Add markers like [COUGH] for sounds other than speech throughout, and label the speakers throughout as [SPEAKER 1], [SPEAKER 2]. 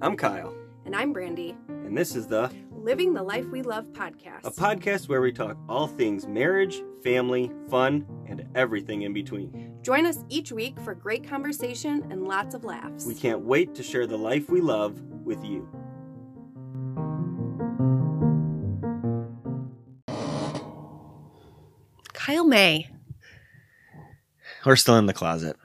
[SPEAKER 1] I'm Kyle,
[SPEAKER 2] And I'm Brandy,
[SPEAKER 1] and this is the
[SPEAKER 2] Living the Life We Love podcast.
[SPEAKER 1] a podcast where we talk all things marriage, family, fun, and everything in between.
[SPEAKER 2] Join us each week for great conversation and lots of laughs.
[SPEAKER 1] We can't wait to share the life we love with you.
[SPEAKER 2] Kyle May.
[SPEAKER 1] We're still in the closet.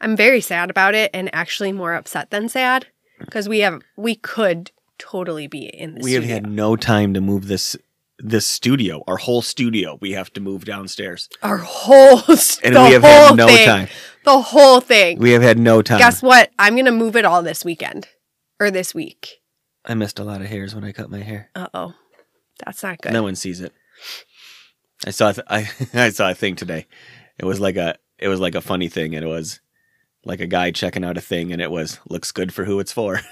[SPEAKER 2] I'm very sad about it and actually more upset than sad because we have we could totally be in this.
[SPEAKER 3] we have had no time to move this this studio our whole studio we have to move downstairs
[SPEAKER 2] our whole [LAUGHS]
[SPEAKER 3] and
[SPEAKER 2] the
[SPEAKER 3] we have
[SPEAKER 2] whole
[SPEAKER 3] had no
[SPEAKER 2] thing,
[SPEAKER 3] time
[SPEAKER 2] The whole thing.
[SPEAKER 3] we have had no time
[SPEAKER 2] Guess what? I'm gonna move it all this weekend or this week.
[SPEAKER 3] i missed a lot of hairs when i cut my hair
[SPEAKER 2] Uh oh, that's not good.
[SPEAKER 3] no one sees it i saw a th- I, [LAUGHS] I saw a thing today it was like a it was like a funny thing and it was like a guy checking out a thing and it was looks good for who it's for [LAUGHS]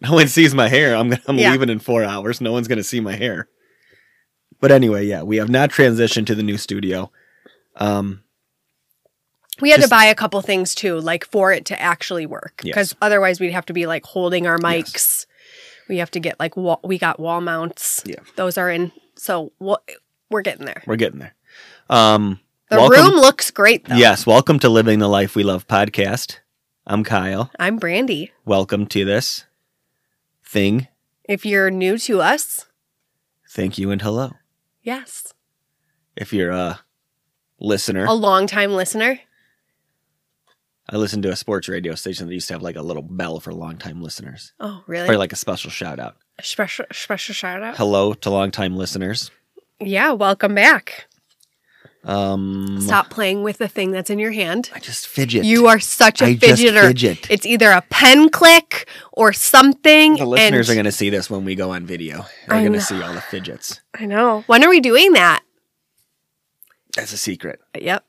[SPEAKER 3] no one sees my hair i'm gonna, i'm
[SPEAKER 2] Yeah.
[SPEAKER 3] leaving in 4 hours no one's going to see my hair but anyway yeah we have not transitioned to the new studio um
[SPEAKER 2] We had to
[SPEAKER 3] Just-
[SPEAKER 2] buy a couple things too, like for it to actually work, because
[SPEAKER 3] Yes.
[SPEAKER 2] otherwise we'd have to be like holding our mics.
[SPEAKER 3] Yes.
[SPEAKER 2] We have to get like wall, we got wall mounts.
[SPEAKER 3] Yeah.
[SPEAKER 2] those are in. So we'll, we're getting there.
[SPEAKER 3] We're getting there. Um,
[SPEAKER 2] The
[SPEAKER 3] welcome-
[SPEAKER 2] room looks great though.
[SPEAKER 3] Yes, welcome to Living the Life We Love podcast. I'm Kyle.
[SPEAKER 2] I'm Brandy.
[SPEAKER 3] Welcome to this thing.
[SPEAKER 2] If you're new to us,
[SPEAKER 3] Thank you and hello.
[SPEAKER 2] yes,
[SPEAKER 3] If you're a listener,
[SPEAKER 2] a longtime listener.
[SPEAKER 3] I listened to a sports radio station that used to have like a little bell for longtime listeners,
[SPEAKER 2] Oh, really? Oh.
[SPEAKER 3] or like a special shout out.
[SPEAKER 2] special special shout out.
[SPEAKER 3] Hello to longtime listeners.
[SPEAKER 2] Yeah, welcome back.
[SPEAKER 3] Um,
[SPEAKER 2] Stop playing with the thing that's in your hand.
[SPEAKER 3] I just fidget.
[SPEAKER 2] You are such a
[SPEAKER 3] I just
[SPEAKER 2] fidgeter.
[SPEAKER 3] fidget.
[SPEAKER 2] It's either a pen click or something.
[SPEAKER 3] the listeners
[SPEAKER 2] and-
[SPEAKER 3] are going to see this when we go on video.
[SPEAKER 2] I
[SPEAKER 3] They're going
[SPEAKER 2] know.
[SPEAKER 3] to see all the fidgets.
[SPEAKER 2] I know. When are we doing that?
[SPEAKER 3] That's a secret.
[SPEAKER 2] Yep.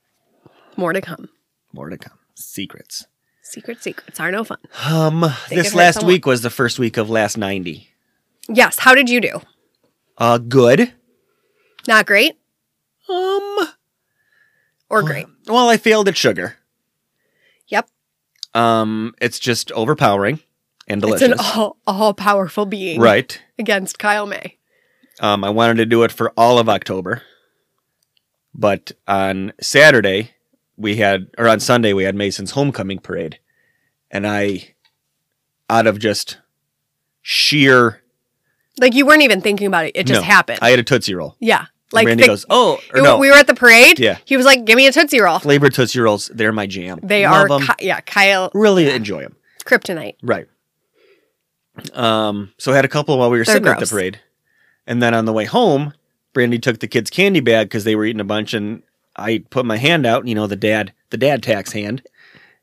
[SPEAKER 2] More to come.
[SPEAKER 3] More to come. Secrets.
[SPEAKER 2] [SIGHS] Secret secrets are no fun.
[SPEAKER 3] Um,
[SPEAKER 2] could
[SPEAKER 3] this
[SPEAKER 2] hurt
[SPEAKER 3] last
[SPEAKER 2] someone.
[SPEAKER 3] week was the first week of last 90.
[SPEAKER 2] Yes. How did you do?
[SPEAKER 3] Uh, good.
[SPEAKER 2] Not great
[SPEAKER 3] Um,
[SPEAKER 2] or great?
[SPEAKER 3] well, I failed at sugar.
[SPEAKER 2] Yep.
[SPEAKER 3] Um, it's just overpowering and delicious.
[SPEAKER 2] It's an all, all powerful being
[SPEAKER 3] right.
[SPEAKER 2] against Kyle May.
[SPEAKER 3] Um, I wanted to do it for all of October, but on Saturday we had, or on Sunday we had Mason's homecoming parade, and I, out of just sheer,
[SPEAKER 2] Like you weren't even thinking about it. It just
[SPEAKER 3] No,
[SPEAKER 2] happened.
[SPEAKER 3] I had a tootsie roll.
[SPEAKER 2] yeah.
[SPEAKER 3] Like
[SPEAKER 2] Like
[SPEAKER 3] Randy
[SPEAKER 2] the-
[SPEAKER 3] goes, oh, or
[SPEAKER 2] it-
[SPEAKER 3] no,
[SPEAKER 2] we were at the parade.
[SPEAKER 3] Yeah.
[SPEAKER 2] He was like, "Give me a tootsie roll."
[SPEAKER 3] flavored tootsie rolls. They're my jam.
[SPEAKER 2] They
[SPEAKER 3] Love 'em.
[SPEAKER 2] are. Ki- yeah. Kyle
[SPEAKER 3] really enjoy them.
[SPEAKER 2] Kryptonite.
[SPEAKER 3] Right. Um, so I had a couple while we were
[SPEAKER 2] They're
[SPEAKER 3] sitting at
[SPEAKER 2] gross.
[SPEAKER 3] the parade. And then on the way home, Brandy took the kids' candy bag because they were eating a bunch and I put my hand out, you know, the dad the dad tax hand.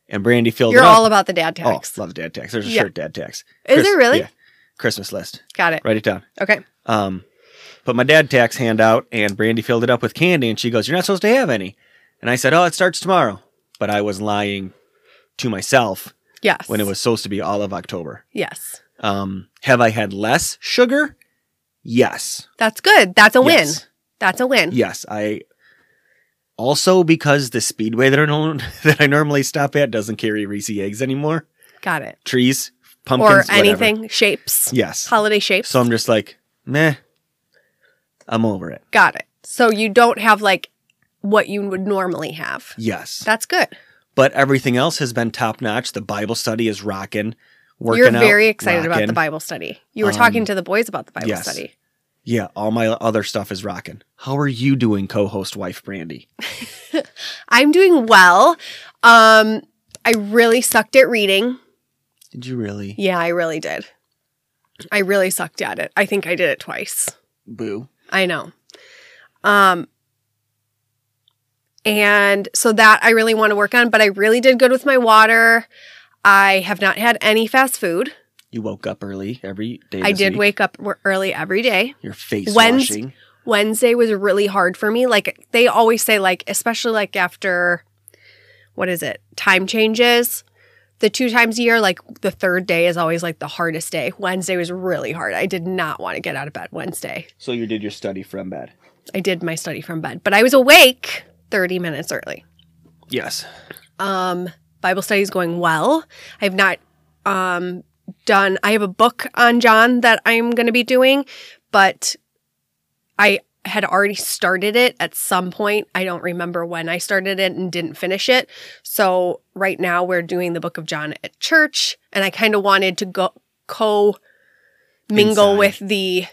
[SPEAKER 3] And Brandy filled
[SPEAKER 2] You're
[SPEAKER 3] it up.
[SPEAKER 2] all about the dad tax.
[SPEAKER 3] Oh, love dad tax. There's a
[SPEAKER 2] Yeah.
[SPEAKER 3] shirt dad tax.
[SPEAKER 2] Is there really?
[SPEAKER 3] yeah. Christmas list.
[SPEAKER 2] Got it.
[SPEAKER 3] Write it down.
[SPEAKER 2] Okay.
[SPEAKER 3] Um, put my dad tax hand out, and Brandy filled it up with candy, and she goes, "You're not supposed to have any." And I said, "Oh, it starts tomorrow." But I was lying to myself
[SPEAKER 2] Yes.
[SPEAKER 3] when it was supposed to be all of October.
[SPEAKER 2] Yes.
[SPEAKER 3] Um, have I had less sugar? Yes.
[SPEAKER 2] That's good. That's a win.
[SPEAKER 3] Yes.
[SPEAKER 2] That's a win.
[SPEAKER 3] Yes, I. Also, because the speedway that I know, [LAUGHS] that I normally stop at doesn't carry Reese eggs anymore.
[SPEAKER 2] Got it.
[SPEAKER 3] Trees,
[SPEAKER 2] Or
[SPEAKER 3] pumpkins, whatever.
[SPEAKER 2] anything shapes.
[SPEAKER 3] Yes.
[SPEAKER 2] Holiday shapes.
[SPEAKER 3] So I'm just like, meh. I'm over it.
[SPEAKER 2] Got it. So you don't have like what you would normally have.
[SPEAKER 3] Yes.
[SPEAKER 2] That's good.
[SPEAKER 3] but everything else has been top notch. The Bible study is rocking. Working
[SPEAKER 2] You're
[SPEAKER 3] out,
[SPEAKER 2] very excited about
[SPEAKER 3] rocking.
[SPEAKER 2] the Bible study. You were talking
[SPEAKER 3] Um,
[SPEAKER 2] to the boys about the Bible
[SPEAKER 3] yes.
[SPEAKER 2] study.
[SPEAKER 3] Yeah, all my other stuff is rocking. How are you doing, co-host wife Brandy?
[SPEAKER 2] I'm doing well. Um I really sucked at reading.
[SPEAKER 3] Did you really?
[SPEAKER 2] Yeah, I really did. I really sucked at it. I think I did it twice.
[SPEAKER 3] Boo.
[SPEAKER 2] I know. Um and so that I really want to work on, but I really did good with my water. I have not had any fast food.
[SPEAKER 3] You woke up early every day.
[SPEAKER 2] I
[SPEAKER 3] this
[SPEAKER 2] did
[SPEAKER 3] week.
[SPEAKER 2] wake up w- early every day.
[SPEAKER 3] Your face
[SPEAKER 2] Wednes-
[SPEAKER 3] washing.
[SPEAKER 2] Wednesday was really hard for me. Like they always say like especially like after what is it? Time changes. The two times a year like the third day is always like the hardest day. Wednesday was really hard. I did not want to get out of bed Wednesday.
[SPEAKER 3] So you did your study from bed.
[SPEAKER 2] I did my study from bed, but I was awake 30 minutes early.
[SPEAKER 3] Yes.
[SPEAKER 2] Um Bible study is going well. I have not um, done, I have a book on John that I'm going to be doing, but I had already started it at some point. I don't remember when I started it and didn't finish it. So right now we're doing the book of John at church, and I kind of wanted to go co mingle
[SPEAKER 3] Inside.
[SPEAKER 2] with the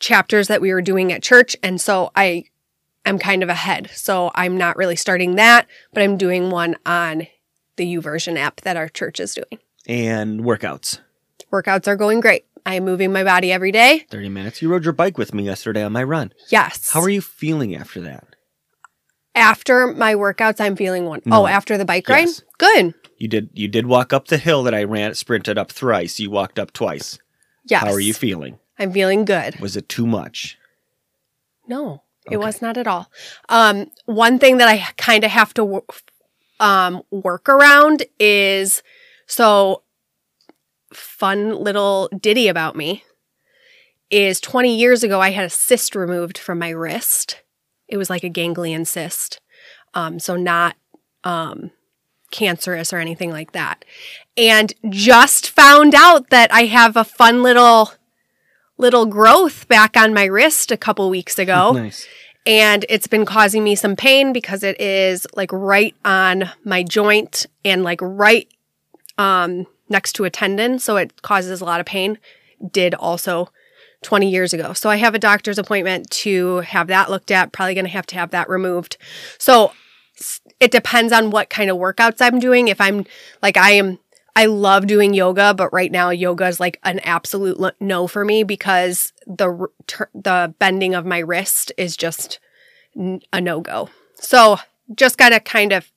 [SPEAKER 2] chapters that we were doing at church. And so I am kind of ahead. So I'm not really starting that, but I'm doing one on the YouVersion app that our church is doing.
[SPEAKER 3] and workouts.
[SPEAKER 2] Workouts are going great. I am moving my body every day.
[SPEAKER 3] 30 minutes. You rode your bike with me yesterday on my run.
[SPEAKER 2] Yes.
[SPEAKER 3] How are you feeling after that?
[SPEAKER 2] after my workouts, I'm feeling one.
[SPEAKER 3] No.
[SPEAKER 2] Oh, after the bike ride?
[SPEAKER 3] Yes.
[SPEAKER 2] Good.
[SPEAKER 3] You did you did walk up the hill that I ran sprinted up thrice. You walked up twice.
[SPEAKER 2] Yes.
[SPEAKER 3] How are you feeling?
[SPEAKER 2] I'm feeling good.
[SPEAKER 3] Was it too much?
[SPEAKER 2] No,
[SPEAKER 3] Okay.
[SPEAKER 2] it was not at all. Um, one thing that I kind of have to wo- um, work around is so fun little ditty about me is 20 years ago I had a cyst removed from my wrist. It was like a ganglion cyst. Um, so not um, cancerous or anything like that. And just found out that I have a fun little little growth back on my wrist a couple weeks
[SPEAKER 3] [LAUGHS]
[SPEAKER 2] ago
[SPEAKER 3] nice.
[SPEAKER 2] and it's been causing me some pain because it is like right on my joint and like right um next to a tendon so it causes a lot of pain did also 20 years ago so i have a doctor's appointment to have that looked at probably going to have to have that removed so s- it depends on what kind of workouts i'm doing if i'm like i am i love doing yoga but right now yoga is like an absolute lo- no for me because the r- tur the bending of my wrist is just n- a no-go so just gotta kind of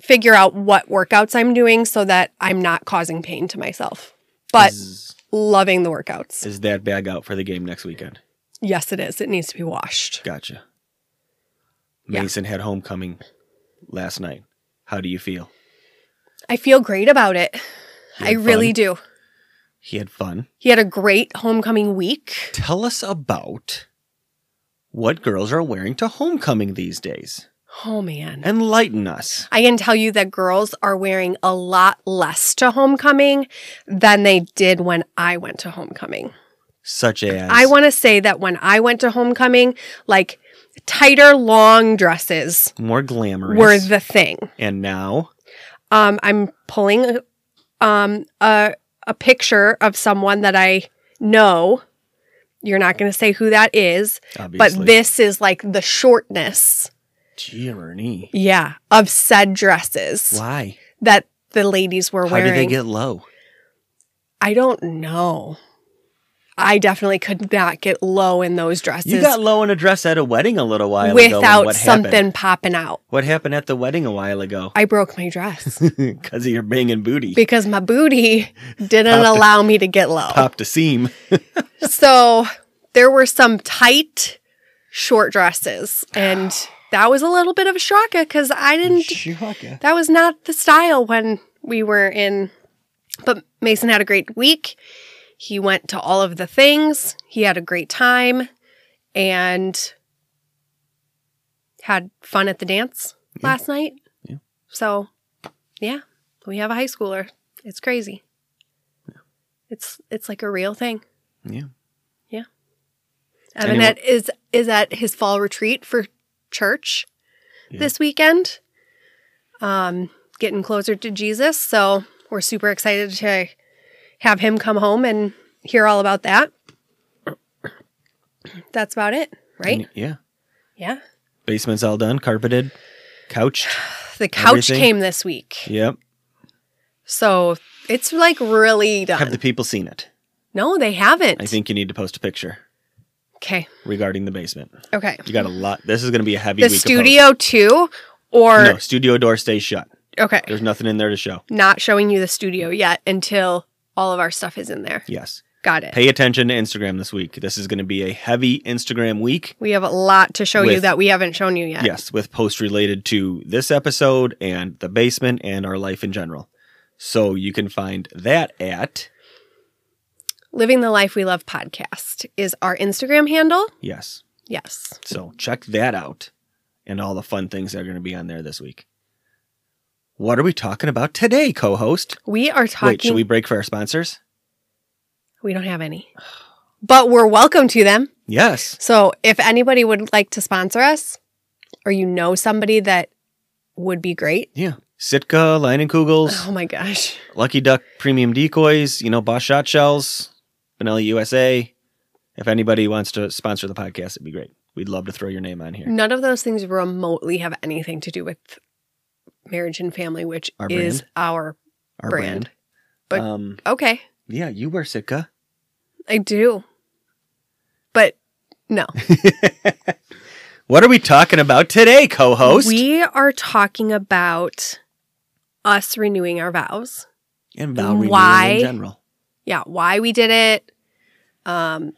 [SPEAKER 2] figure out what workouts i'm doing so that i'm not causing pain to myself but
[SPEAKER 3] is,
[SPEAKER 2] loving the workouts
[SPEAKER 3] is that bag out for the game next weekend?
[SPEAKER 2] yes it is it needs to be washed
[SPEAKER 3] Gotcha.
[SPEAKER 2] Yeah.
[SPEAKER 3] Mason had homecoming last night. How do you feel?
[SPEAKER 2] i feel great about it
[SPEAKER 3] He
[SPEAKER 2] i
[SPEAKER 3] had
[SPEAKER 2] really
[SPEAKER 3] fun?
[SPEAKER 2] do
[SPEAKER 3] He had fun.
[SPEAKER 2] He had a great homecoming week.
[SPEAKER 3] Tell us about what girls are wearing to homecoming these days.
[SPEAKER 2] Oh man.
[SPEAKER 3] Enlighten us.
[SPEAKER 2] I can tell you that girls are wearing a lot less to homecoming than they did when I went to homecoming.
[SPEAKER 3] Such as
[SPEAKER 2] I want to say that when I went to homecoming, like tighter long dresses
[SPEAKER 3] more glamorous.
[SPEAKER 2] were the thing.
[SPEAKER 3] and now
[SPEAKER 2] Um, I'm pulling um, a a picture of someone that I know. You're not going to say who that is,
[SPEAKER 3] obviously
[SPEAKER 2] but this is like the shortness
[SPEAKER 3] Tyranny.
[SPEAKER 2] Yeah, of said dresses
[SPEAKER 3] Why?
[SPEAKER 2] that the ladies were
[SPEAKER 3] How
[SPEAKER 2] wearing.
[SPEAKER 3] do they get low?
[SPEAKER 2] I don't know. I definitely could not get low in those dresses
[SPEAKER 3] You got low in a dress at a wedding a little while ago. and
[SPEAKER 2] without
[SPEAKER 3] what
[SPEAKER 2] something
[SPEAKER 3] Happened?
[SPEAKER 2] popping out.
[SPEAKER 3] What happened at the wedding a while ago?
[SPEAKER 2] I broke my dress [LAUGHS]
[SPEAKER 3] [LAUGHS] Because of your banging booty.
[SPEAKER 2] because my booty didn't
[SPEAKER 3] Popped-
[SPEAKER 2] allow me to get low.
[SPEAKER 3] Popped a seam.
[SPEAKER 2] So there were some tight short dresses, and that was a little bit of a shocker because I didn't
[SPEAKER 3] Shaka.
[SPEAKER 2] that was not the style when we were in but mason had a great week he went to all of the things he had a great time and had fun at the dance
[SPEAKER 3] Yeah.
[SPEAKER 2] last night
[SPEAKER 3] Yeah.
[SPEAKER 2] so yeah we have a high schooler it's crazy it's it's like a real thing
[SPEAKER 3] Yeah.
[SPEAKER 2] yeah
[SPEAKER 3] Anyone-
[SPEAKER 2] evan is is at his fall retreat for church
[SPEAKER 3] Yeah.
[SPEAKER 2] this weekend um, getting closer to Jesus. So we're super excited to have him come home and hear all about that. That's about it, right?
[SPEAKER 3] And- Yeah.
[SPEAKER 2] Yeah.
[SPEAKER 3] Basement's all done, carpeted,
[SPEAKER 2] [SIGHS]
[SPEAKER 3] couched.
[SPEAKER 2] The couch
[SPEAKER 3] Everything?
[SPEAKER 2] came this week.
[SPEAKER 3] Yep.
[SPEAKER 2] So it's like really done.
[SPEAKER 3] Have the people seen it?
[SPEAKER 2] no, they haven't.
[SPEAKER 3] I think you need to post a picture
[SPEAKER 2] Okay.
[SPEAKER 3] regarding the basement.
[SPEAKER 2] Okay.
[SPEAKER 3] You got a lot. This is going to be a heavy
[SPEAKER 2] The
[SPEAKER 3] week. of
[SPEAKER 2] studio too, or
[SPEAKER 3] posts. no studio door stays shut.
[SPEAKER 2] okay,
[SPEAKER 3] There's nothing in there to show.
[SPEAKER 2] not showing you the studio yet until all of our stuff is in there.
[SPEAKER 3] Yes.
[SPEAKER 2] Got it.
[SPEAKER 3] Pay attention to Instagram this week. This is going to be a heavy Instagram week.
[SPEAKER 2] we have a lot to show you
[SPEAKER 3] With-
[SPEAKER 2] that we haven't shown you yet.
[SPEAKER 3] Yes, with posts related to this episode and the basement and our life in general. So you can find that at
[SPEAKER 2] Living the Life We Love podcast is our Instagram handle.
[SPEAKER 3] yes.
[SPEAKER 2] Yes.
[SPEAKER 3] So check that out and all the fun things that are going to be on there this week. What are we talking about today, co host?
[SPEAKER 2] We are talking.
[SPEAKER 3] Wait, should we break for our sponsors?
[SPEAKER 2] we don't have any, but we're welcome to them.
[SPEAKER 3] Yes.
[SPEAKER 2] So if anybody would like to sponsor us, or you know somebody that would be great,
[SPEAKER 3] Yeah. Sitka, Lion and Kugels,
[SPEAKER 2] oh my gosh,
[SPEAKER 3] Lucky Duck Premium Decoys, you know, Boss Shot Shells, Vanilla USA. If anybody wants to sponsor the podcast, it'd be great. We'd love to throw your name on here.
[SPEAKER 2] none of those things remotely have anything to do with marriage and family, which
[SPEAKER 3] Our
[SPEAKER 2] is our
[SPEAKER 3] Our
[SPEAKER 2] brand.
[SPEAKER 3] brand.
[SPEAKER 2] But-
[SPEAKER 3] um,
[SPEAKER 2] okay.
[SPEAKER 3] yeah, you wear Sitka.
[SPEAKER 2] I do, but no.
[SPEAKER 3] what are we talking about today, co host?
[SPEAKER 2] We are talking about us renewing our vows.
[SPEAKER 3] and Val renewal
[SPEAKER 2] Why?
[SPEAKER 3] in general.
[SPEAKER 2] Yeah, why we did it. Um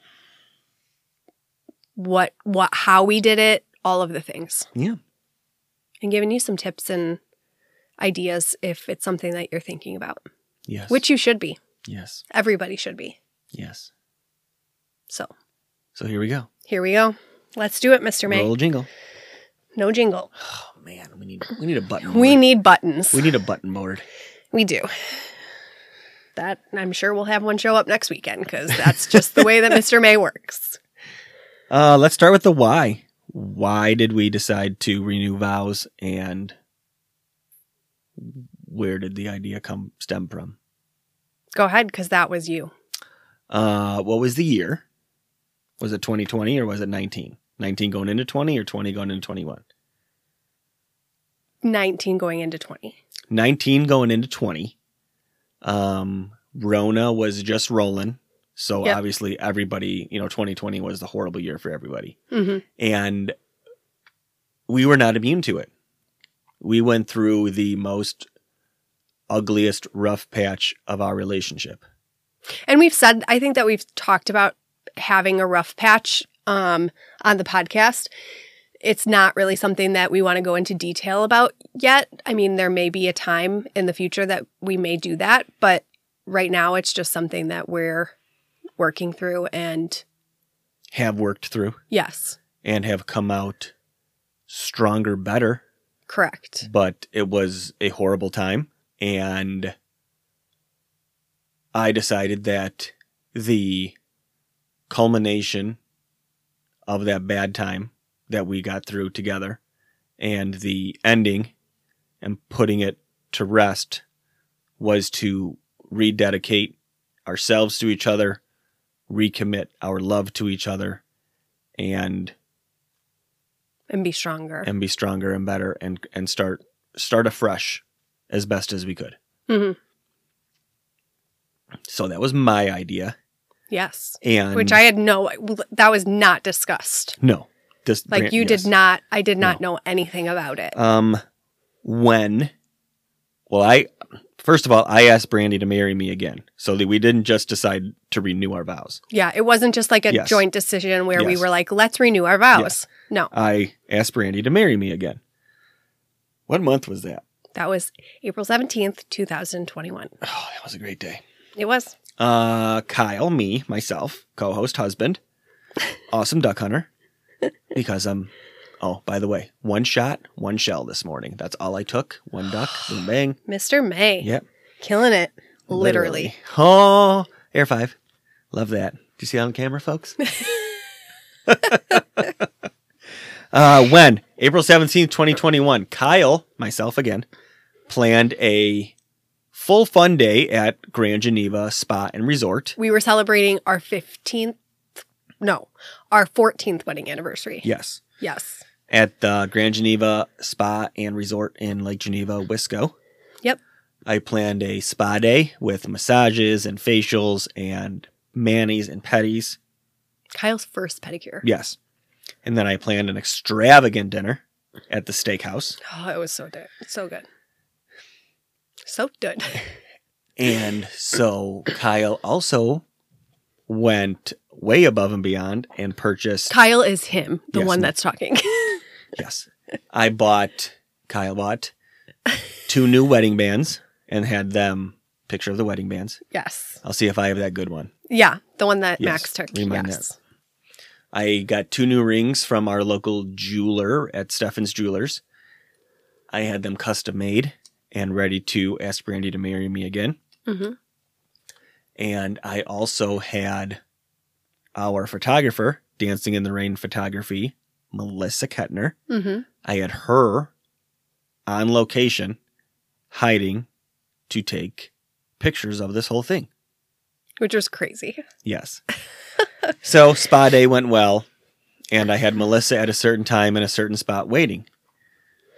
[SPEAKER 2] what what how we did it, all of the things.
[SPEAKER 3] Yeah.
[SPEAKER 2] And giving you some tips and ideas if it's something that you're thinking about,
[SPEAKER 3] Yes.
[SPEAKER 2] which you should be.
[SPEAKER 3] Yes.
[SPEAKER 2] Everybody should be.
[SPEAKER 3] Yes.
[SPEAKER 2] So,
[SPEAKER 3] So here we go.
[SPEAKER 2] here we go. Let's do it, Mr. May.
[SPEAKER 3] Roll jingle. [SIGHS]
[SPEAKER 2] No jingle.
[SPEAKER 3] Oh man, we need we need a button.
[SPEAKER 2] We
[SPEAKER 3] board.
[SPEAKER 2] need buttons.
[SPEAKER 3] we need a button board.
[SPEAKER 2] We do. That I'm sure we'll have one show up next weekend because that's just the way that Mr. May works.
[SPEAKER 3] Uh, let's start with the why. Why did we decide to renew vows, and where did the idea come stem from?
[SPEAKER 2] Go ahead, because that was you.
[SPEAKER 3] Uh, what was the year? Was it 2020 or was it 19? 19 going into 20 or 20 going into 21?
[SPEAKER 2] 19 going into 20.
[SPEAKER 3] 19 going into 20. Um, Rona was just rolling. So
[SPEAKER 2] Yep.
[SPEAKER 3] obviously, everybody, you know, 2020 was the horrible year for everybody.
[SPEAKER 2] hmm
[SPEAKER 3] And we were not immune to it. We went through the most ugliest, rough patch of our relationship.
[SPEAKER 2] And we've said, I think that we've talked about having a rough patch um, on the podcast. It's not really something that we want to go into detail about yet. I mean, there may be a time in the future that we may do that, but right now it's just something that we're working through. And
[SPEAKER 3] Have worked through
[SPEAKER 2] yes,
[SPEAKER 3] and have come out stronger, better.
[SPEAKER 2] correct.
[SPEAKER 3] but it was a horrible time and i decided that the culmination of that bad time that we got through together and the ending and putting it to rest was to rededicate ourselves to each other recommit our love to each other and
[SPEAKER 2] And be stronger.
[SPEAKER 3] and be stronger and better and and start start afresh as best as we could.
[SPEAKER 2] Mhm.
[SPEAKER 3] So that was my idea,
[SPEAKER 2] Yes.
[SPEAKER 3] and
[SPEAKER 2] Which I had no, that was not discussed.
[SPEAKER 3] no this
[SPEAKER 2] Like
[SPEAKER 3] Bran-
[SPEAKER 2] you
[SPEAKER 3] yes.
[SPEAKER 2] did not, I did not know anything about it.
[SPEAKER 3] Um, when? Well, I first of all I asked Brandy to marry me again, so that we didn't just decide to renew our vows.
[SPEAKER 2] Yeah, it wasn't just like a
[SPEAKER 3] Yes.
[SPEAKER 2] joint decision where we
[SPEAKER 3] Yes.
[SPEAKER 2] were like, let's renew our vows. No,
[SPEAKER 3] I asked Brandy to marry me again. What month was that?
[SPEAKER 2] that was April 17th, 2021.
[SPEAKER 3] Oh, that was a great day.
[SPEAKER 2] It was.
[SPEAKER 3] Uh, Kyle, me, myself, co-host, husband, awesome duck hunter. Because I'm. Oh, by the way, one shot, one shell this morning. That's all I took. One duck, boom bang.
[SPEAKER 2] Mr. May.
[SPEAKER 3] Yep.
[SPEAKER 2] Killing it. Literally.
[SPEAKER 3] Oh, air five. Love that. Do you see it on camera, folks? [LAUGHS] uh, when April seventeenth, twenty twenty one, Kyle, myself again, planned a full fun day at Grand Geneva Spa and Resort.
[SPEAKER 2] We were celebrating our 15th, no, our 14th wedding anniversary.
[SPEAKER 3] Yes.
[SPEAKER 2] Yes.
[SPEAKER 3] at the Grand Geneva Spa and Resort in Lake Geneva, Wisco.
[SPEAKER 2] Yep.
[SPEAKER 3] I planned a spa day with massages and facials and manis and petties.
[SPEAKER 2] Kyle's first pedicure.
[SPEAKER 3] Yes. And then I planned an extravagant dinner at the steakhouse.
[SPEAKER 2] Oh, it was so good. So good. So good. [LAUGHS]
[SPEAKER 3] And so Kyle also went way above and beyond and purchased
[SPEAKER 2] Kyle is him, the
[SPEAKER 3] Yes,
[SPEAKER 2] one
[SPEAKER 3] no.
[SPEAKER 2] that's talking. [LAUGHS]
[SPEAKER 3] Yes. I bought Kyle bought two new wedding bands and had them picture of the wedding bands.
[SPEAKER 2] yes.
[SPEAKER 3] I'll see if I have that good one.
[SPEAKER 2] Yeah, the one that
[SPEAKER 3] Yes.
[SPEAKER 2] Max took.
[SPEAKER 3] Remind
[SPEAKER 2] yes.
[SPEAKER 3] I got two new rings from our local jeweler at Stefan's Jewelers. I had them custom made and ready to ask Brandy to marry me again.
[SPEAKER 2] Mhm.
[SPEAKER 3] And I also had our photographer, Dancing in the Rain photography, Melissa Kettner.
[SPEAKER 2] Mhm.
[SPEAKER 3] I had her on location hiding to take pictures of this whole thing.
[SPEAKER 2] Which was crazy.
[SPEAKER 3] Yes. so spa day went well, and I had Melissa at a certain time in a certain spot waiting.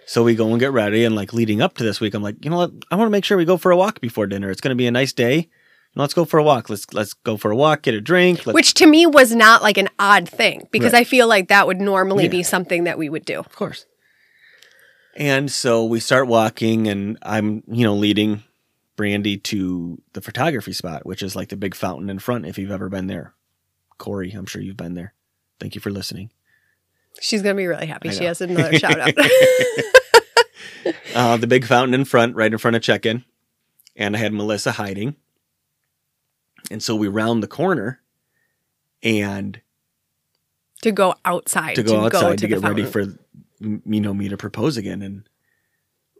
[SPEAKER 3] So we go and get ready, and like leading up to this week, I'm like, you know what? I want to make sure we go for a walk before dinner. It's going to be a nice day. Let's go for a walk. Let's let's go for a walk, get a drink. Let's,
[SPEAKER 2] Which to me was not like an odd thing because
[SPEAKER 3] Right.
[SPEAKER 2] I feel like that would normally
[SPEAKER 3] Yeah.
[SPEAKER 2] be something that we would do.
[SPEAKER 3] of course. And so we start walking, and I'm you know leading Brandy to the photography spot, which is like the big fountain in front. If you've ever been there, Corey, I'm sure you've been there. Thank you for listening.
[SPEAKER 2] She's going to be really happy.
[SPEAKER 3] I
[SPEAKER 2] She
[SPEAKER 3] know. [LAUGHS]
[SPEAKER 2] has another shout out.
[SPEAKER 3] uh, the big fountain in front, right in front of check in. And I had Melissa hiding. And so we round the corner and
[SPEAKER 2] to go outside.
[SPEAKER 3] to go outside to,
[SPEAKER 2] the
[SPEAKER 3] get ready
[SPEAKER 2] fountain.
[SPEAKER 3] for, m- you know, me to propose again. And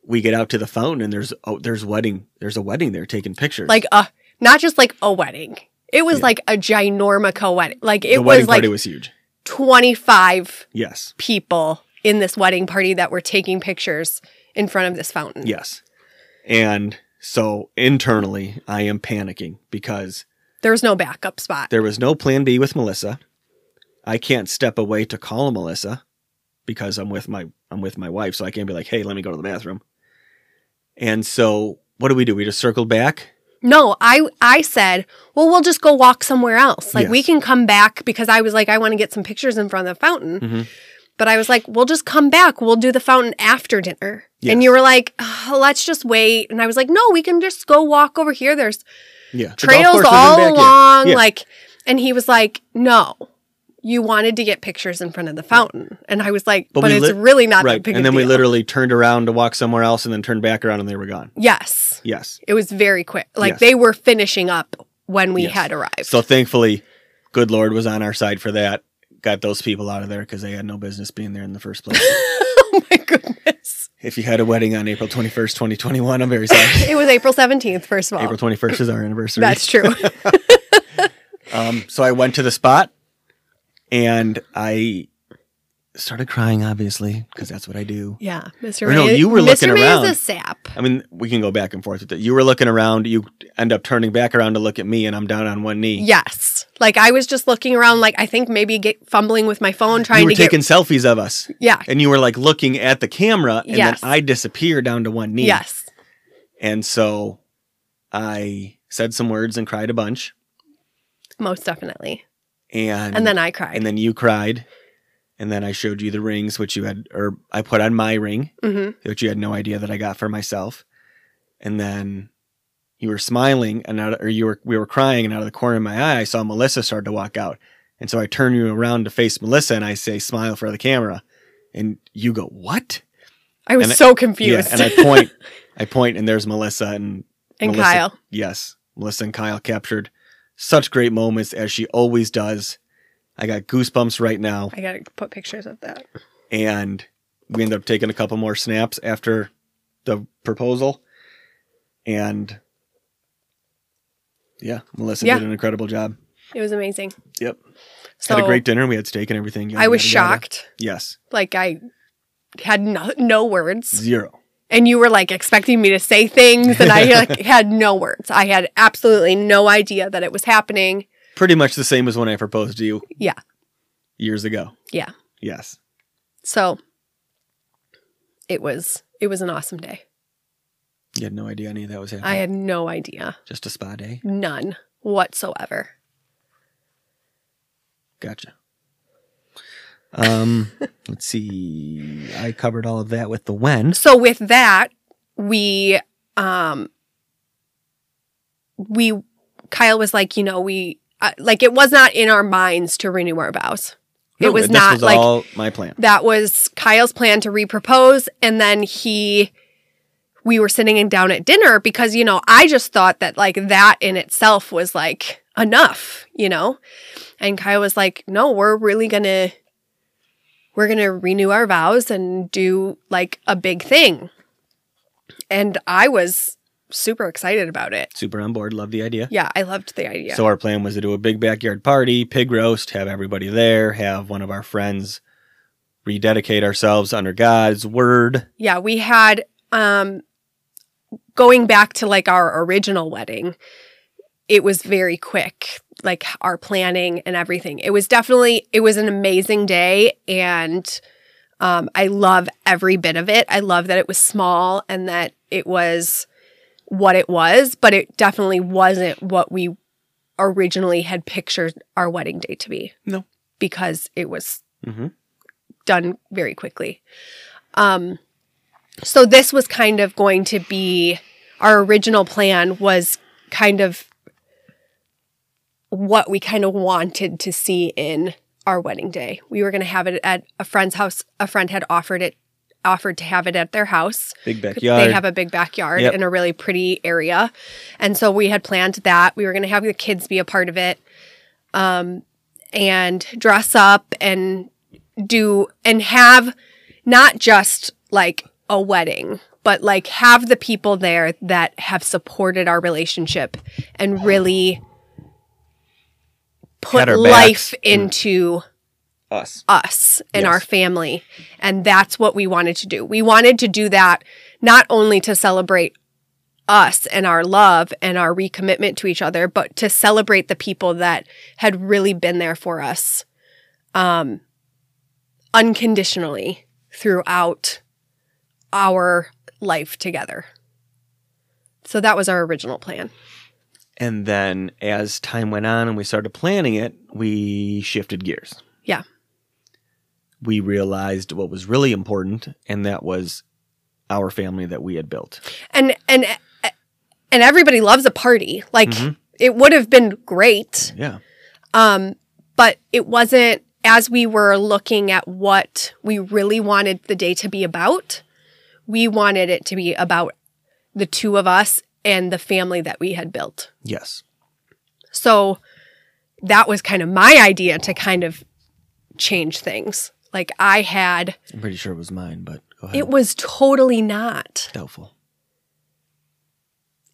[SPEAKER 3] we get out to the fountain and there's, oh, there's wedding. There's a wedding there taking pictures.
[SPEAKER 2] Like a, not just like a wedding. It was
[SPEAKER 3] Yeah.
[SPEAKER 2] like a ginormico wedding. Like
[SPEAKER 3] the
[SPEAKER 2] it
[SPEAKER 3] wedding
[SPEAKER 2] was like
[SPEAKER 3] party was huge.
[SPEAKER 2] 25
[SPEAKER 3] Yes.
[SPEAKER 2] people in this wedding party that were taking pictures in front of this fountain.
[SPEAKER 3] Yes. And so internally, I am panicking because
[SPEAKER 2] There was no backup spot.
[SPEAKER 3] There was no plan B with Melissa. I can't step away to call Melissa because I'm with my I'm with my wife, so I can't be like, "Hey, let me go to the bathroom." And so, what do we do? We just circled back.
[SPEAKER 2] No, I I said, well, we'll just go walk somewhere else. Like we
[SPEAKER 3] Yes.
[SPEAKER 2] can come back because I was like, I want to get some pictures in front of the fountain.
[SPEAKER 3] Mhm.
[SPEAKER 2] But I was like, we'll just come back. We'll do the fountain after dinner.
[SPEAKER 3] Yes.
[SPEAKER 2] And you were like, "Ugh, let's just wait. And I was like, no, we can just go walk over here. There's
[SPEAKER 3] Yeah, The golf
[SPEAKER 2] trails
[SPEAKER 3] course is in
[SPEAKER 2] all
[SPEAKER 3] back here.
[SPEAKER 2] along.
[SPEAKER 3] Yeah.
[SPEAKER 2] Like, and he was like, no. You wanted to get pictures in front of the fountain, and I was like,
[SPEAKER 3] But
[SPEAKER 2] "But,
[SPEAKER 3] we
[SPEAKER 2] it's
[SPEAKER 3] lit-
[SPEAKER 2] really not that
[SPEAKER 3] right.
[SPEAKER 2] big."
[SPEAKER 3] And
[SPEAKER 2] a
[SPEAKER 3] then we
[SPEAKER 2] deal.
[SPEAKER 3] literally turned around to walk somewhere else, and then turned back around, and they were gone.
[SPEAKER 2] yes,
[SPEAKER 3] Yes.
[SPEAKER 2] it was very quick. Like
[SPEAKER 3] Yes.
[SPEAKER 2] they were finishing up when we
[SPEAKER 3] Yes.
[SPEAKER 2] had arrived.
[SPEAKER 3] So thankfully, good Lord was on our side for that. Got those people out of there because they had no business being there in the first place.
[SPEAKER 2] [LAUGHS] [LAUGHS] oh my goodness.
[SPEAKER 3] if you had a wedding on April twenty first, twenty twenty one, I'm very sorry.
[SPEAKER 2] It was April 17th, first of all.
[SPEAKER 3] April twenty first is our anniversary.
[SPEAKER 2] That's true.
[SPEAKER 3] [LAUGHS]
[SPEAKER 2] [LAUGHS]
[SPEAKER 3] Um, so I went to the spot and I started crying, obviously, because that's what I do.
[SPEAKER 2] yeah. Mr.
[SPEAKER 3] Or no,
[SPEAKER 2] May-
[SPEAKER 3] you were looking
[SPEAKER 2] Mr. May
[SPEAKER 3] around.
[SPEAKER 2] is a sap.
[SPEAKER 3] I mean, we can go back and forth with it. You were looking around, you end up turning back around to look at me, and I'm down on one knee.
[SPEAKER 2] Yes. Like I was just looking around, like I think maybe get fumbling with my phone trying
[SPEAKER 3] you were
[SPEAKER 2] to
[SPEAKER 3] taking
[SPEAKER 2] get.
[SPEAKER 3] selfies of us,
[SPEAKER 2] Yeah.
[SPEAKER 3] and you were like looking at the camera, and
[SPEAKER 2] Yes.
[SPEAKER 3] then I disappear down to one knee.
[SPEAKER 2] Yes.
[SPEAKER 3] And so I said some words and cried a bunch,
[SPEAKER 2] Most definitely.
[SPEAKER 3] and
[SPEAKER 2] And then I cried.
[SPEAKER 3] and then you cried, and then I showed you the rings which you had, or I put on my ring,
[SPEAKER 2] hmm
[SPEAKER 3] that you had no idea that I got for myself. And then you were smiling and out, or you were we were crying and out of the corner of my eye I saw Melissa start to walk out. And so I turn you around to face Melissa and I say smile for the camera. And you go, "What?"
[SPEAKER 2] I was
[SPEAKER 3] and I-
[SPEAKER 2] so confused. [LAUGHS]
[SPEAKER 3] and I point I point and there's Melissa and
[SPEAKER 2] and
[SPEAKER 3] Melissa-
[SPEAKER 2] Kyle.
[SPEAKER 3] Yes, Melissa and Kyle captured such great moments as she always does. I got goosebumps right now
[SPEAKER 2] I got to put pictures of that.
[SPEAKER 3] and we ended up taking a couple more snaps after the proposal and yeah melissa
[SPEAKER 2] Yeah.
[SPEAKER 3] did an incredible job
[SPEAKER 2] It was amazing.
[SPEAKER 3] Yep.
[SPEAKER 2] So
[SPEAKER 3] had a great dinner we had steak and everything yada,
[SPEAKER 2] I was
[SPEAKER 3] yada, yada.
[SPEAKER 2] shocked.
[SPEAKER 3] yes
[SPEAKER 2] Like I had no, no words.
[SPEAKER 3] zero
[SPEAKER 2] and you were like expecting me to say things and i
[SPEAKER 3] [LAUGHS]
[SPEAKER 2] like, had no words i had absolutely no idea that it was happening
[SPEAKER 3] pretty much the same as when i proposed to you
[SPEAKER 2] Yeah.
[SPEAKER 3] years ago
[SPEAKER 2] Yeah.
[SPEAKER 3] yes
[SPEAKER 2] so it was it was an awesome day
[SPEAKER 3] you had no idea any of that was happening
[SPEAKER 2] i had no idea
[SPEAKER 3] just a spa day
[SPEAKER 2] none whatsoever
[SPEAKER 3] gotcha
[SPEAKER 2] [LAUGHS]
[SPEAKER 3] um let's see i covered all of that with the when
[SPEAKER 2] so with that we um we kyle was like you know we uh, like it was not in our minds to renew our vows it was
[SPEAKER 3] this
[SPEAKER 2] not
[SPEAKER 3] was
[SPEAKER 2] like
[SPEAKER 3] all my plan
[SPEAKER 2] that was Kyle's plan to repropose. And then he, we were sitting in down at dinner because, you know, I just thought that like that in itself was like enough, you know? And Kyle was like, no, we're really going to, we're going to renew our vows and do like a big thing. And I was super excited about it.
[SPEAKER 3] Super on board. Love the idea.
[SPEAKER 2] Yeah, I loved the idea.
[SPEAKER 3] So our plan was to do a big backyard party, pig roast, have everybody there, have one of our friends rededicate ourselves under God's word.
[SPEAKER 2] yeah, we had um going back to like our original wedding. It was very quick, like our planning and everything. It was definitely it was an amazing day and um I love every bit of it. I love that it was small and that it was what it was, but it definitely wasn't what we originally had pictured our wedding day to be.
[SPEAKER 3] No.
[SPEAKER 2] Because it was
[SPEAKER 3] Mm-hmm.
[SPEAKER 2] done very quickly. Um, so this was kind of going to be our original plan was kind of what we kind of wanted to see in our wedding day. We were going to have it at a friend's house. A friend had offered it offered to have it at their house.
[SPEAKER 3] Big
[SPEAKER 2] They
[SPEAKER 3] backyard.
[SPEAKER 2] have a big backyard
[SPEAKER 3] Yep.
[SPEAKER 2] in a really pretty area. And so we had planned that. We were going to have the kids be a part of it um, and dress up and do and have not just like a wedding, but like have the people there that have supported our relationship and really put
[SPEAKER 3] Had our backs.
[SPEAKER 2] life
[SPEAKER 3] Mm.
[SPEAKER 2] into
[SPEAKER 3] Us.
[SPEAKER 2] us and
[SPEAKER 3] Yes.
[SPEAKER 2] our family. And that's what we wanted to do. We wanted to do that not only to celebrate us and our love and our recommitment to each other, but to celebrate the people that had really been there for us um, unconditionally throughout our life together. So that was our original plan.
[SPEAKER 3] And then as time went on and we started planning it, we shifted gears.
[SPEAKER 2] Yeah.
[SPEAKER 3] We realized what was really important, and that was our family that we had built.
[SPEAKER 2] And and and everybody loves a party. Like
[SPEAKER 3] Mhm.
[SPEAKER 2] it would have been great
[SPEAKER 3] Yeah.
[SPEAKER 2] Um, but it wasn't as we were looking at what we really wanted the day to be about. We wanted it to be about the two of us and the family that we had built.
[SPEAKER 3] Yes.
[SPEAKER 2] So that was kind of my idea to kind of change things. Like I had,
[SPEAKER 3] I'm pretty sure it was mine, but go ahead.
[SPEAKER 2] it was totally not.
[SPEAKER 3] Doubtful.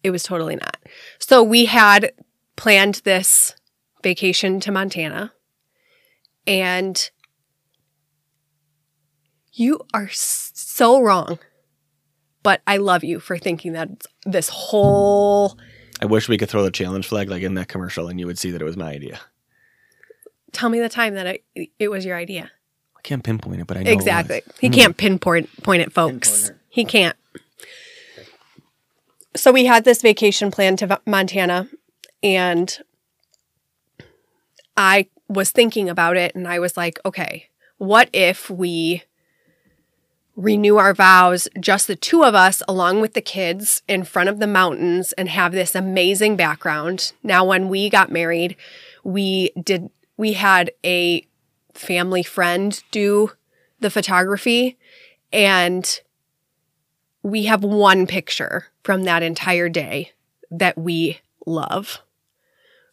[SPEAKER 2] It was totally not. So we had planned this vacation to Montana and you are s- so wrong. But I love you for thinking that this whole
[SPEAKER 3] I wish we could throw the challenge flag like in that commercial and you would see that it was my idea.
[SPEAKER 2] tell me the time that it, it was your idea.
[SPEAKER 3] I can't pinpoint it, but I know.
[SPEAKER 2] Exactly.
[SPEAKER 3] It was. Hmm.
[SPEAKER 2] He can't pinpoint point it, folks.
[SPEAKER 3] Pinpoint
[SPEAKER 2] He can't. So we had this vacation plan to Va- Montana, and I was thinking about it, and I was like, okay, what if we renew our vows, just the two of us, along with the kids, in front of the mountains, and have this amazing background? Now, when we got married, we did we had a family friend do the photography and we have one picture from that entire day that we love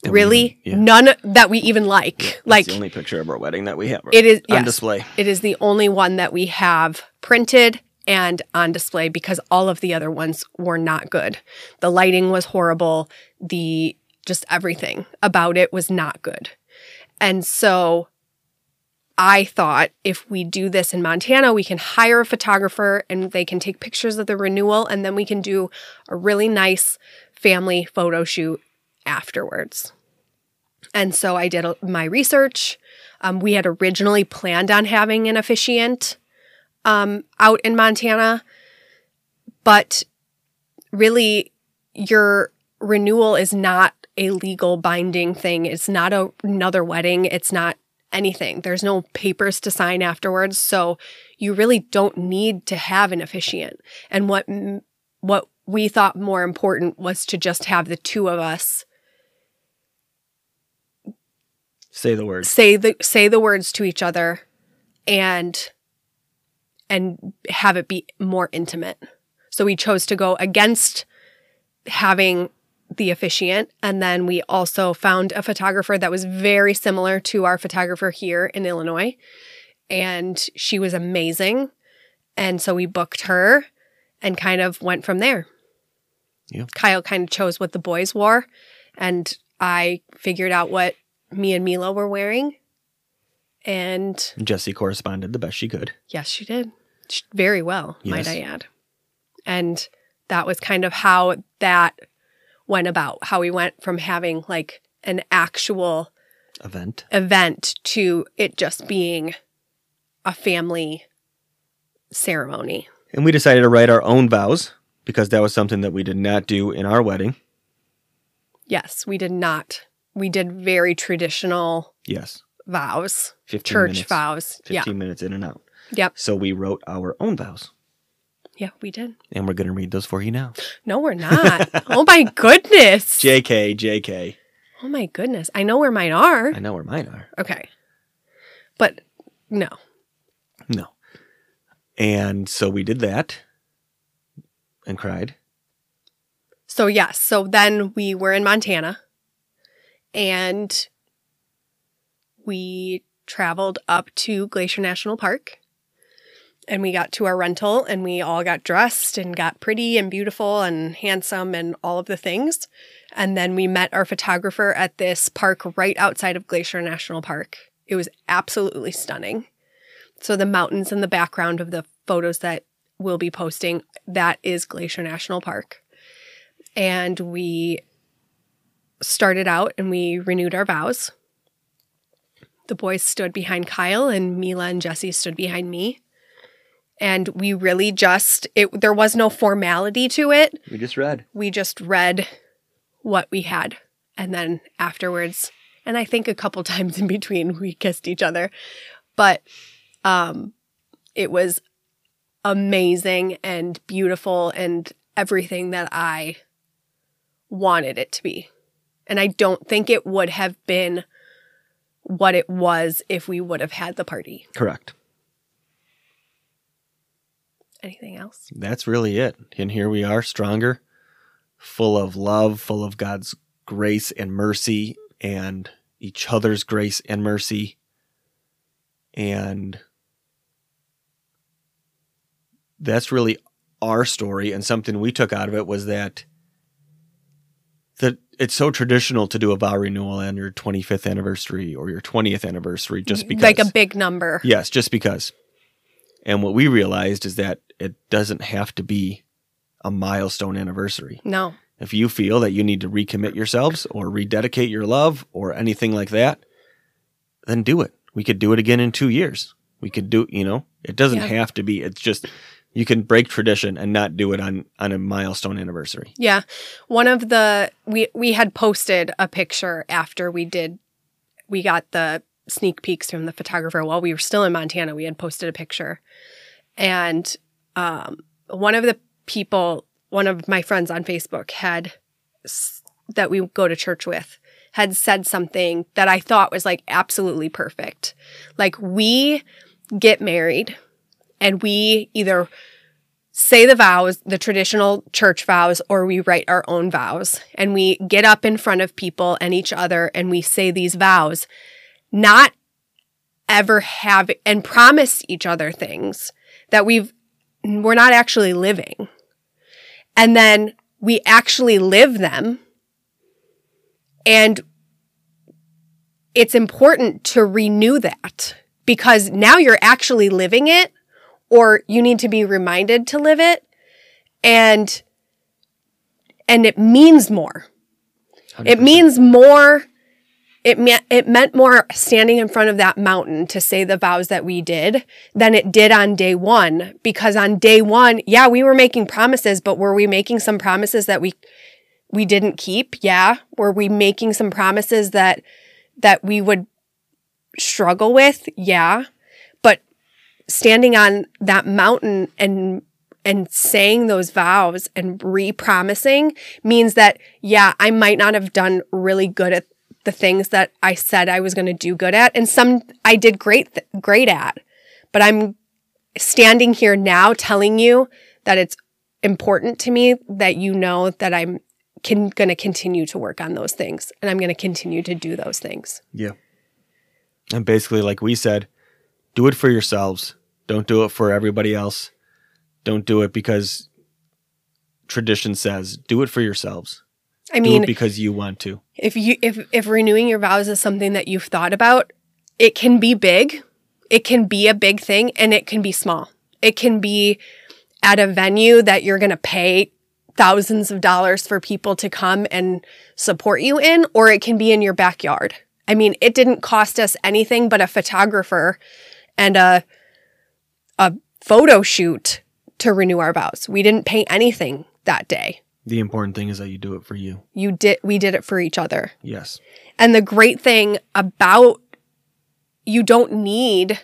[SPEAKER 3] That we
[SPEAKER 2] really
[SPEAKER 3] even- yeah.
[SPEAKER 2] none that we even like
[SPEAKER 3] That's
[SPEAKER 2] like
[SPEAKER 3] the only picture of our wedding that we have
[SPEAKER 2] it is
[SPEAKER 3] on
[SPEAKER 2] yes,
[SPEAKER 3] display.
[SPEAKER 2] it is the only one that we have printed and on display because all of the other ones were not good the lighting was horrible the just everything about it was not good and so I thought if we do this in Montana, we can hire a photographer and they can take pictures of the renewal and then we can do a really nice family photo shoot afterwards. And so I did a- my research. Um, we had originally planned on having an officiant um, out in Montana, but really, your renewal is not a legal binding thing. It's not a, another wedding. It's not anything. There's no papers to sign afterwards, so you really don't need to have an officiant. And what m- what we thought more important was to just have the two of us
[SPEAKER 3] Say the word.
[SPEAKER 2] say the say the words to each other and and have it be more intimate so we chose to go against having the officiant and then we also found a photographer that was very similar to our photographer here in Illinois and she was amazing and so we booked her and kind of went from there.
[SPEAKER 3] Yeah.
[SPEAKER 2] Kyle kind of chose what the boys wore, and I figured out what me and Milo were wearing. And
[SPEAKER 3] Jesse corresponded the best she could.
[SPEAKER 2] yes, she did Sh- very well, might
[SPEAKER 3] Yes.
[SPEAKER 2] I add. And that was kind of how that went about, how we went from having like an actual
[SPEAKER 3] Event.
[SPEAKER 2] event to it just being a family ceremony.
[SPEAKER 3] And we decided to write our own vows because that was something that we did not do in our wedding.
[SPEAKER 2] Yes, we did not. We did very traditional
[SPEAKER 3] Yes.
[SPEAKER 2] vows,
[SPEAKER 3] 15
[SPEAKER 2] church
[SPEAKER 3] minutes.
[SPEAKER 2] vows.
[SPEAKER 3] 15 minutes in and out.
[SPEAKER 2] Yeah. Yep.
[SPEAKER 3] So we wrote our own vows.
[SPEAKER 2] Yeah, we did.
[SPEAKER 3] And we're going to read those for you now.
[SPEAKER 2] No,
[SPEAKER 3] [LAUGHS]
[SPEAKER 2] we're not. oh my goodness.
[SPEAKER 3] JK, JK.
[SPEAKER 2] oh my goodness. I know where mine are.
[SPEAKER 3] I know where mine are.
[SPEAKER 2] Okay. But no.
[SPEAKER 3] No. And so we did that and cried.
[SPEAKER 2] So, yes. So then we were in Montana and we traveled up to Glacier National Park and we got to our rental and we all got dressed and got pretty and beautiful and handsome and all of the things. And then we met our photographer at this park right outside of Glacier National Park. It was absolutely stunning. So, the mountains in the background of the photos that we'll be posting, that is Glacier National Park and we started out and we renewed our vows. The boys stood behind Kyle and Mila and Jesse stood behind me. And we really just it there was no formality to it.
[SPEAKER 3] We just read.
[SPEAKER 2] We just read what we had. And then afterwards, and I think a couple [LAUGHS] times in between we kissed each other. But um it was amazing and beautiful and everything that I wanted it to be. And I don't think it would have been what it was if we would have had the party.
[SPEAKER 3] Correct.
[SPEAKER 2] Anything else?
[SPEAKER 3] That's really it. And here we are, stronger, full of love, full of God's grace and mercy, and each other's grace and mercy. And that's really our story. And something we took out of it was that that it's so traditional to do a vow renewal on your 25th anniversary or your 20th anniversary just because
[SPEAKER 2] Mm-hmm. like a big number.
[SPEAKER 3] Yes, just because. And what we realized is that it doesn't have to be a milestone anniversary.
[SPEAKER 2] No.
[SPEAKER 3] If you feel that you need to recommit yourselves or rededicate your love or anything like that, then do it. We could do it again in two years. We could do, you know, it doesn't
[SPEAKER 2] Yeah.
[SPEAKER 3] have to be. It's just you can break tradition and not do it on on a milestone anniversary.
[SPEAKER 2] Yeah. One of the we we had posted a picture after we did we got the sneak peeks from the photographer while we were still in Montana. We had posted a picture. And um one of the people, one of my friends on Facebook had s- that we go to church with had said something that I thought was like absolutely perfect. Like we get married and we either say the vows, the traditional church vows, or we write our own vows. And we get up in front of people and each other and we say these vows, not ever have and promise each other things that we've, we're not actually living. And then we actually live them. And it's important to renew that because now you're actually living it or you need to be reminded to live it and and it means more it
[SPEAKER 3] 100%.
[SPEAKER 2] means more it meant it meant more standing in front of that mountain to say the vows that we did than it did on day 1 because on day 1 yeah we were making promises but were we making some promises that we we didn't keep yeah were we making some promises that that we would struggle with yeah but standing on that mountain and and saying those vows and re-promising means that yeah i might not have done really good at the things that i said i was going to do good at and some i did great th- great at but i'm standing here now telling you that it's important to me that you know that i'm can, going to continue to work on those things and i'm going to continue to do those things
[SPEAKER 3] Yeah. And basically, like we said, do it for yourselves. Don't do it for everybody else. Don't do it because tradition says, do it for yourselves.
[SPEAKER 2] I
[SPEAKER 3] do
[SPEAKER 2] mean,
[SPEAKER 3] it because you want to.
[SPEAKER 2] if you if if renewing your vows is something that you've thought about, it can be big. It can be a big thing and it can be small. It can be at a venue that you're going to pay thousands of dollars for people to come and support you in or it can be in your backyard. I mean, it didn't cost us anything but a photographer and a a photo shoot to renew our vows. We didn't pay anything that day.
[SPEAKER 3] The important thing is that you do it for you.
[SPEAKER 2] You did we did it for each other.
[SPEAKER 3] Yes.
[SPEAKER 2] And the great thing about you don't need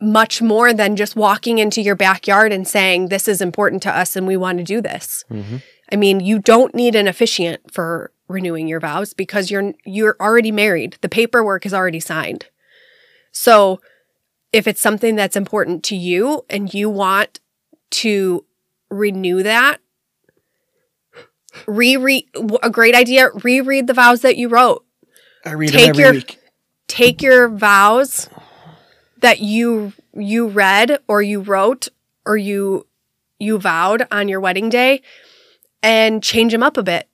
[SPEAKER 2] much more than just walking into your backyard and saying, This is important to us and we want to do this.
[SPEAKER 3] Mm-hmm.
[SPEAKER 2] I mean, you don't need an officiant for renewing your vows because you're you're already married. The paperwork is already signed. So, if it's something that's important to you and you want to renew that, reread a great idea, reread the vows that you wrote
[SPEAKER 3] I read
[SPEAKER 2] 'em
[SPEAKER 3] it
[SPEAKER 2] Take
[SPEAKER 3] every
[SPEAKER 2] every your-
[SPEAKER 3] week.
[SPEAKER 2] week. take your vows that you you read or you wrote or you you vowed on your wedding day and change them up a bit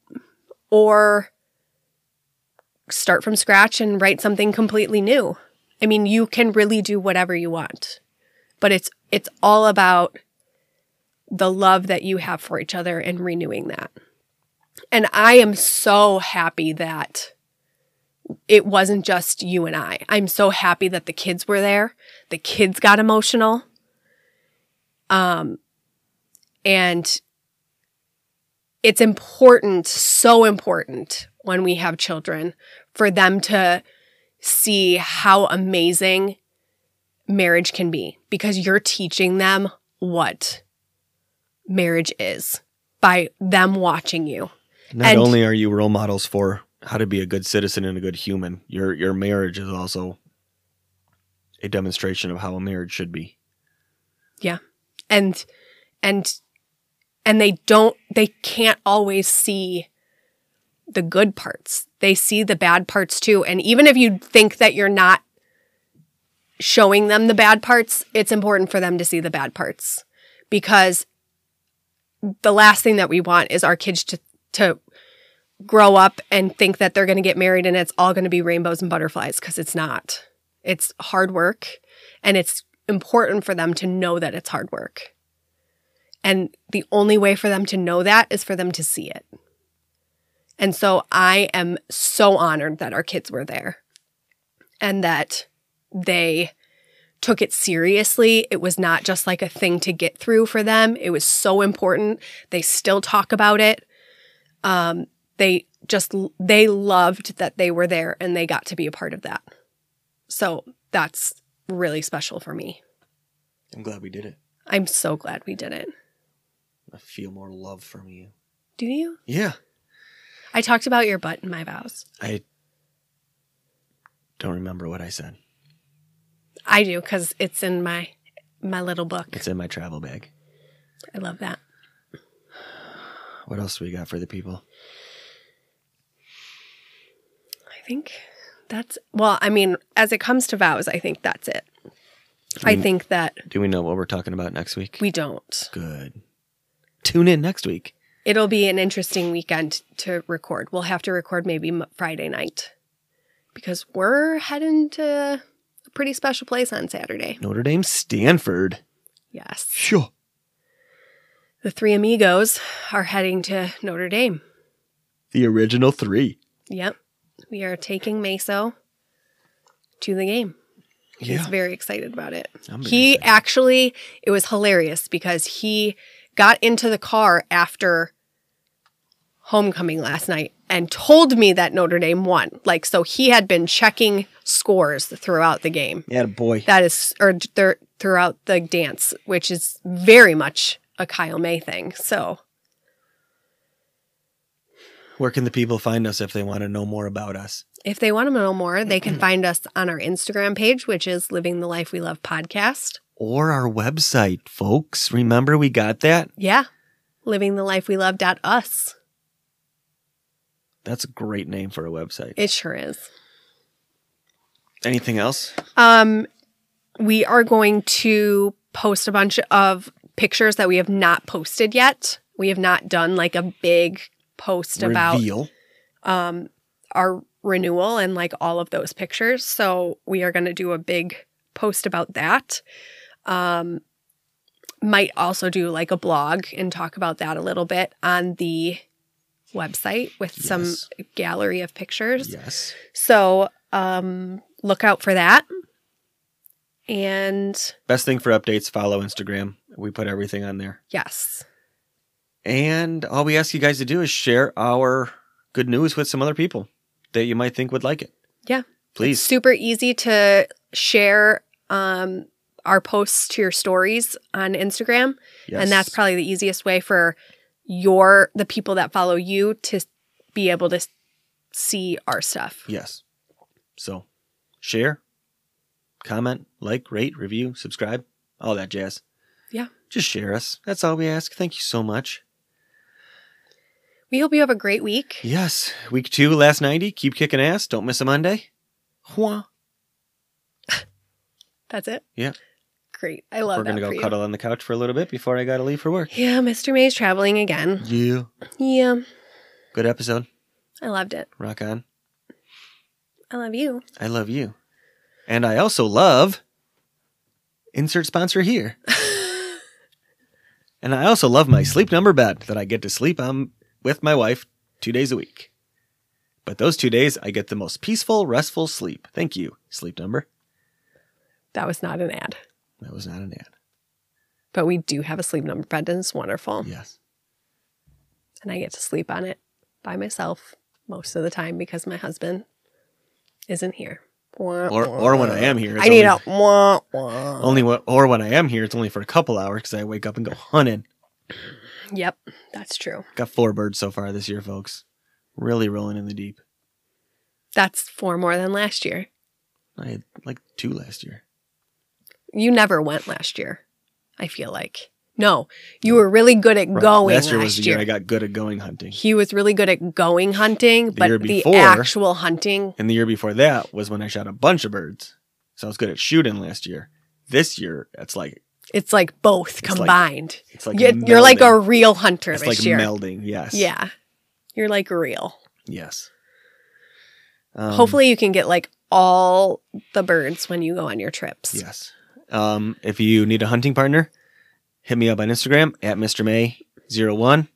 [SPEAKER 2] or start from scratch and write something completely new. I mean, you can really do whatever you want. But it's it's all about the love that you have for each other and renewing that. And I am so happy that it wasn't just you and I. I'm so happy that the kids were there. The kids got emotional. Um and it's important, so important when we have children for them to see how amazing marriage can be because you're teaching them what marriage is by them watching you.
[SPEAKER 3] Not
[SPEAKER 2] and-
[SPEAKER 3] only are you role models for how to be a good citizen and a good human, your your marriage is also a demonstration of how a marriage should be.
[SPEAKER 2] and and and they don't they can't always see the good parts they see the bad parts too and even if you think that you're not showing them the bad parts it's important for them to see the bad parts because the last thing that we want is our kids to to grow up and think that they're going to get married and it's all going to be rainbows and butterflies because it's not it's hard work and it's important for them to know that it's hard work. And the only way for them to know that is for them to see it. And so I am so honored that our kids were there and that they took it seriously. It was not just like a thing to get through for them, it was so important. They still talk about it. Um, they just they loved that they were there and they got to be a part of that. So that's really special for me.
[SPEAKER 3] I'm glad we did it.
[SPEAKER 2] I'm so glad we did it.
[SPEAKER 3] I feel more love from you.
[SPEAKER 2] Do you?
[SPEAKER 3] Yeah.
[SPEAKER 2] I talked about your butt in my vows.
[SPEAKER 3] I don't remember what I said.
[SPEAKER 2] I do because it's in my my little book.
[SPEAKER 3] It's in my travel bag.
[SPEAKER 2] I love that.
[SPEAKER 3] What else do we got for the people?
[SPEAKER 2] I think that's well. I mean, as it comes to vows, I think that's it. I
[SPEAKER 3] Mm.
[SPEAKER 2] think that
[SPEAKER 3] Do we know what we're talking about next week?
[SPEAKER 2] we don't.
[SPEAKER 3] Good. Tune in next week.
[SPEAKER 2] It'll be an interesting weekend to record. We'll have to record maybe m- Friday night because we're heading to a pretty special place on Saturday.
[SPEAKER 3] Notre Dame Stanford.
[SPEAKER 2] Yes,
[SPEAKER 3] Sure.
[SPEAKER 2] the three amigos are heading to Notre Dame.
[SPEAKER 3] The original three.
[SPEAKER 2] Yep. We are taking Meso to the game. He's very excited about it.
[SPEAKER 3] I'm very
[SPEAKER 2] He
[SPEAKER 3] excited.
[SPEAKER 2] actually, it was hilarious because he got into the car after homecoming last night and told me that Notre Dame won. Like, so he had been checking scores throughout the game.
[SPEAKER 3] Yeah, boy.
[SPEAKER 2] That is, or th- throughout the dance, which is very much a Kyle May thing. So
[SPEAKER 3] Where can the people find us if they want to know more about us?
[SPEAKER 2] If they want to know more, they can find us on our Instagram page, which is Living the Life We Love Podcast.
[SPEAKER 3] Or our website, folks. Remember we got that?
[SPEAKER 2] Yeah. Living the Life We Love dot us.
[SPEAKER 3] That's a great name for a website.
[SPEAKER 2] It sure is.
[SPEAKER 3] Anything else?
[SPEAKER 2] Um, we are going to post a bunch of pictures that we have not posted yet. We have not done like a big post about
[SPEAKER 3] Reveal.
[SPEAKER 2] um, our renewal and like all of those pictures. So we are going to do a big post about that. Um, might also do like a blog and talk about that a little bit on the website with some
[SPEAKER 3] Yes.
[SPEAKER 2] gallery of pictures.
[SPEAKER 3] Yes.
[SPEAKER 2] So um, look out for that. And
[SPEAKER 3] Best thing for updates, follow Instagram. We put everything on there.
[SPEAKER 2] yes,
[SPEAKER 3] And all we ask you guys to do is share our good news with some other people that you might think would like it.
[SPEAKER 2] Yeah.
[SPEAKER 3] Please.
[SPEAKER 2] super easy to share um, our posts to your stories on Instagram.
[SPEAKER 3] Yes.
[SPEAKER 2] and that's probably the easiest way for your the people that follow you to be able to s- see our stuff
[SPEAKER 3] Yes. So share, comment, like, rate, review, subscribe, all that jazz.
[SPEAKER 2] Yeah.
[SPEAKER 3] Just share us. That's all we ask. Thank you so much.
[SPEAKER 2] we hope you have a great week
[SPEAKER 3] Yes. Week two, last 90. Keep kicking ass. Don't miss a Monday. Hua.
[SPEAKER 2] that's it
[SPEAKER 3] Yeah.
[SPEAKER 2] great i love
[SPEAKER 3] We're going
[SPEAKER 2] that
[SPEAKER 3] to
[SPEAKER 2] for
[SPEAKER 3] go
[SPEAKER 2] you.
[SPEAKER 3] cuddle on the couch for a little bit before I got to leave for work.
[SPEAKER 2] yeah mr may's traveling again
[SPEAKER 3] Yeah.
[SPEAKER 2] yeah
[SPEAKER 3] Good episode.
[SPEAKER 2] i loved it
[SPEAKER 3] Rock on.
[SPEAKER 2] i love you [LAUGHS]
[SPEAKER 3] I love you. And I also love insert sponsor here. and I also love my sleep number bed that I get to sleep on with my wife two days a week. But those two days, I get the most peaceful, restful sleep. Thank you, sleep number.
[SPEAKER 2] that was not an ad
[SPEAKER 3] That was not an ad.
[SPEAKER 2] but we do have a sleep number bed and it's wonderful
[SPEAKER 3] Yes.
[SPEAKER 2] and i get to sleep on it by myself most of the time because my husband isn't here
[SPEAKER 3] Or, or when I am here, it's
[SPEAKER 2] i need
[SPEAKER 3] only,
[SPEAKER 2] a wah, wah.
[SPEAKER 3] only when, or when I am here, it's only for a couple hours because I wake up and go hunting.
[SPEAKER 2] yep that's true
[SPEAKER 3] Got four birds so far this year, folks. Really rolling in the deep.
[SPEAKER 2] That's four more than last year.
[SPEAKER 3] I had like two last year.
[SPEAKER 2] You never went last year, I feel like. No, you were really good at
[SPEAKER 3] Right.
[SPEAKER 2] going
[SPEAKER 3] last year was the year, I got good at going hunting.
[SPEAKER 2] he was really good at going hunting, but
[SPEAKER 3] year
[SPEAKER 2] the
[SPEAKER 3] before-
[SPEAKER 2] actual hunting,
[SPEAKER 3] And the year before that was when I shot a bunch of birds. So I was good at shooting last year. This year, it's like
[SPEAKER 2] it's like both
[SPEAKER 3] like-
[SPEAKER 2] combined.
[SPEAKER 3] it's like
[SPEAKER 2] You- you're like a
[SPEAKER 3] melding.
[SPEAKER 2] real hunter
[SPEAKER 3] it's
[SPEAKER 2] this
[SPEAKER 3] like
[SPEAKER 2] year.
[SPEAKER 3] melding. Yes.
[SPEAKER 2] Yeah. You're like real.
[SPEAKER 3] Yes. Um,
[SPEAKER 2] Hopefully, you can get like all the birds when you go on your trips.
[SPEAKER 3] Yes. Um, if you need a hunting partner, hit me up on Instagram at Mr May01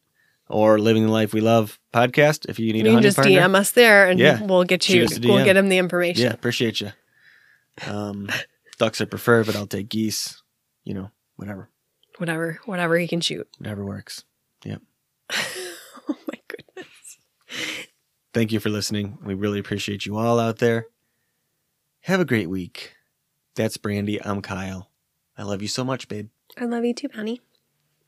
[SPEAKER 3] or Living the Life We Love podcast. If you need a
[SPEAKER 2] You can
[SPEAKER 3] hunting
[SPEAKER 2] just
[SPEAKER 3] partner,
[SPEAKER 2] DM us there and
[SPEAKER 3] Yeah.
[SPEAKER 2] we'll get you,
[SPEAKER 3] Shoot us a
[SPEAKER 2] we'll
[SPEAKER 3] DM.
[SPEAKER 2] get him the information.
[SPEAKER 3] yeah, appreciate you. Um, ducks are preferred, but I'll take geese. You know, whatever,
[SPEAKER 2] Whatever, whatever he can shoot.
[SPEAKER 3] whatever works.
[SPEAKER 2] [LAUGHS] oh my goodness.
[SPEAKER 3] Thank you for listening. We really appreciate you all out there. Have a great week. That's Brandy. I'm Kyle. I love you so much, babe.
[SPEAKER 2] I love you too, Penny.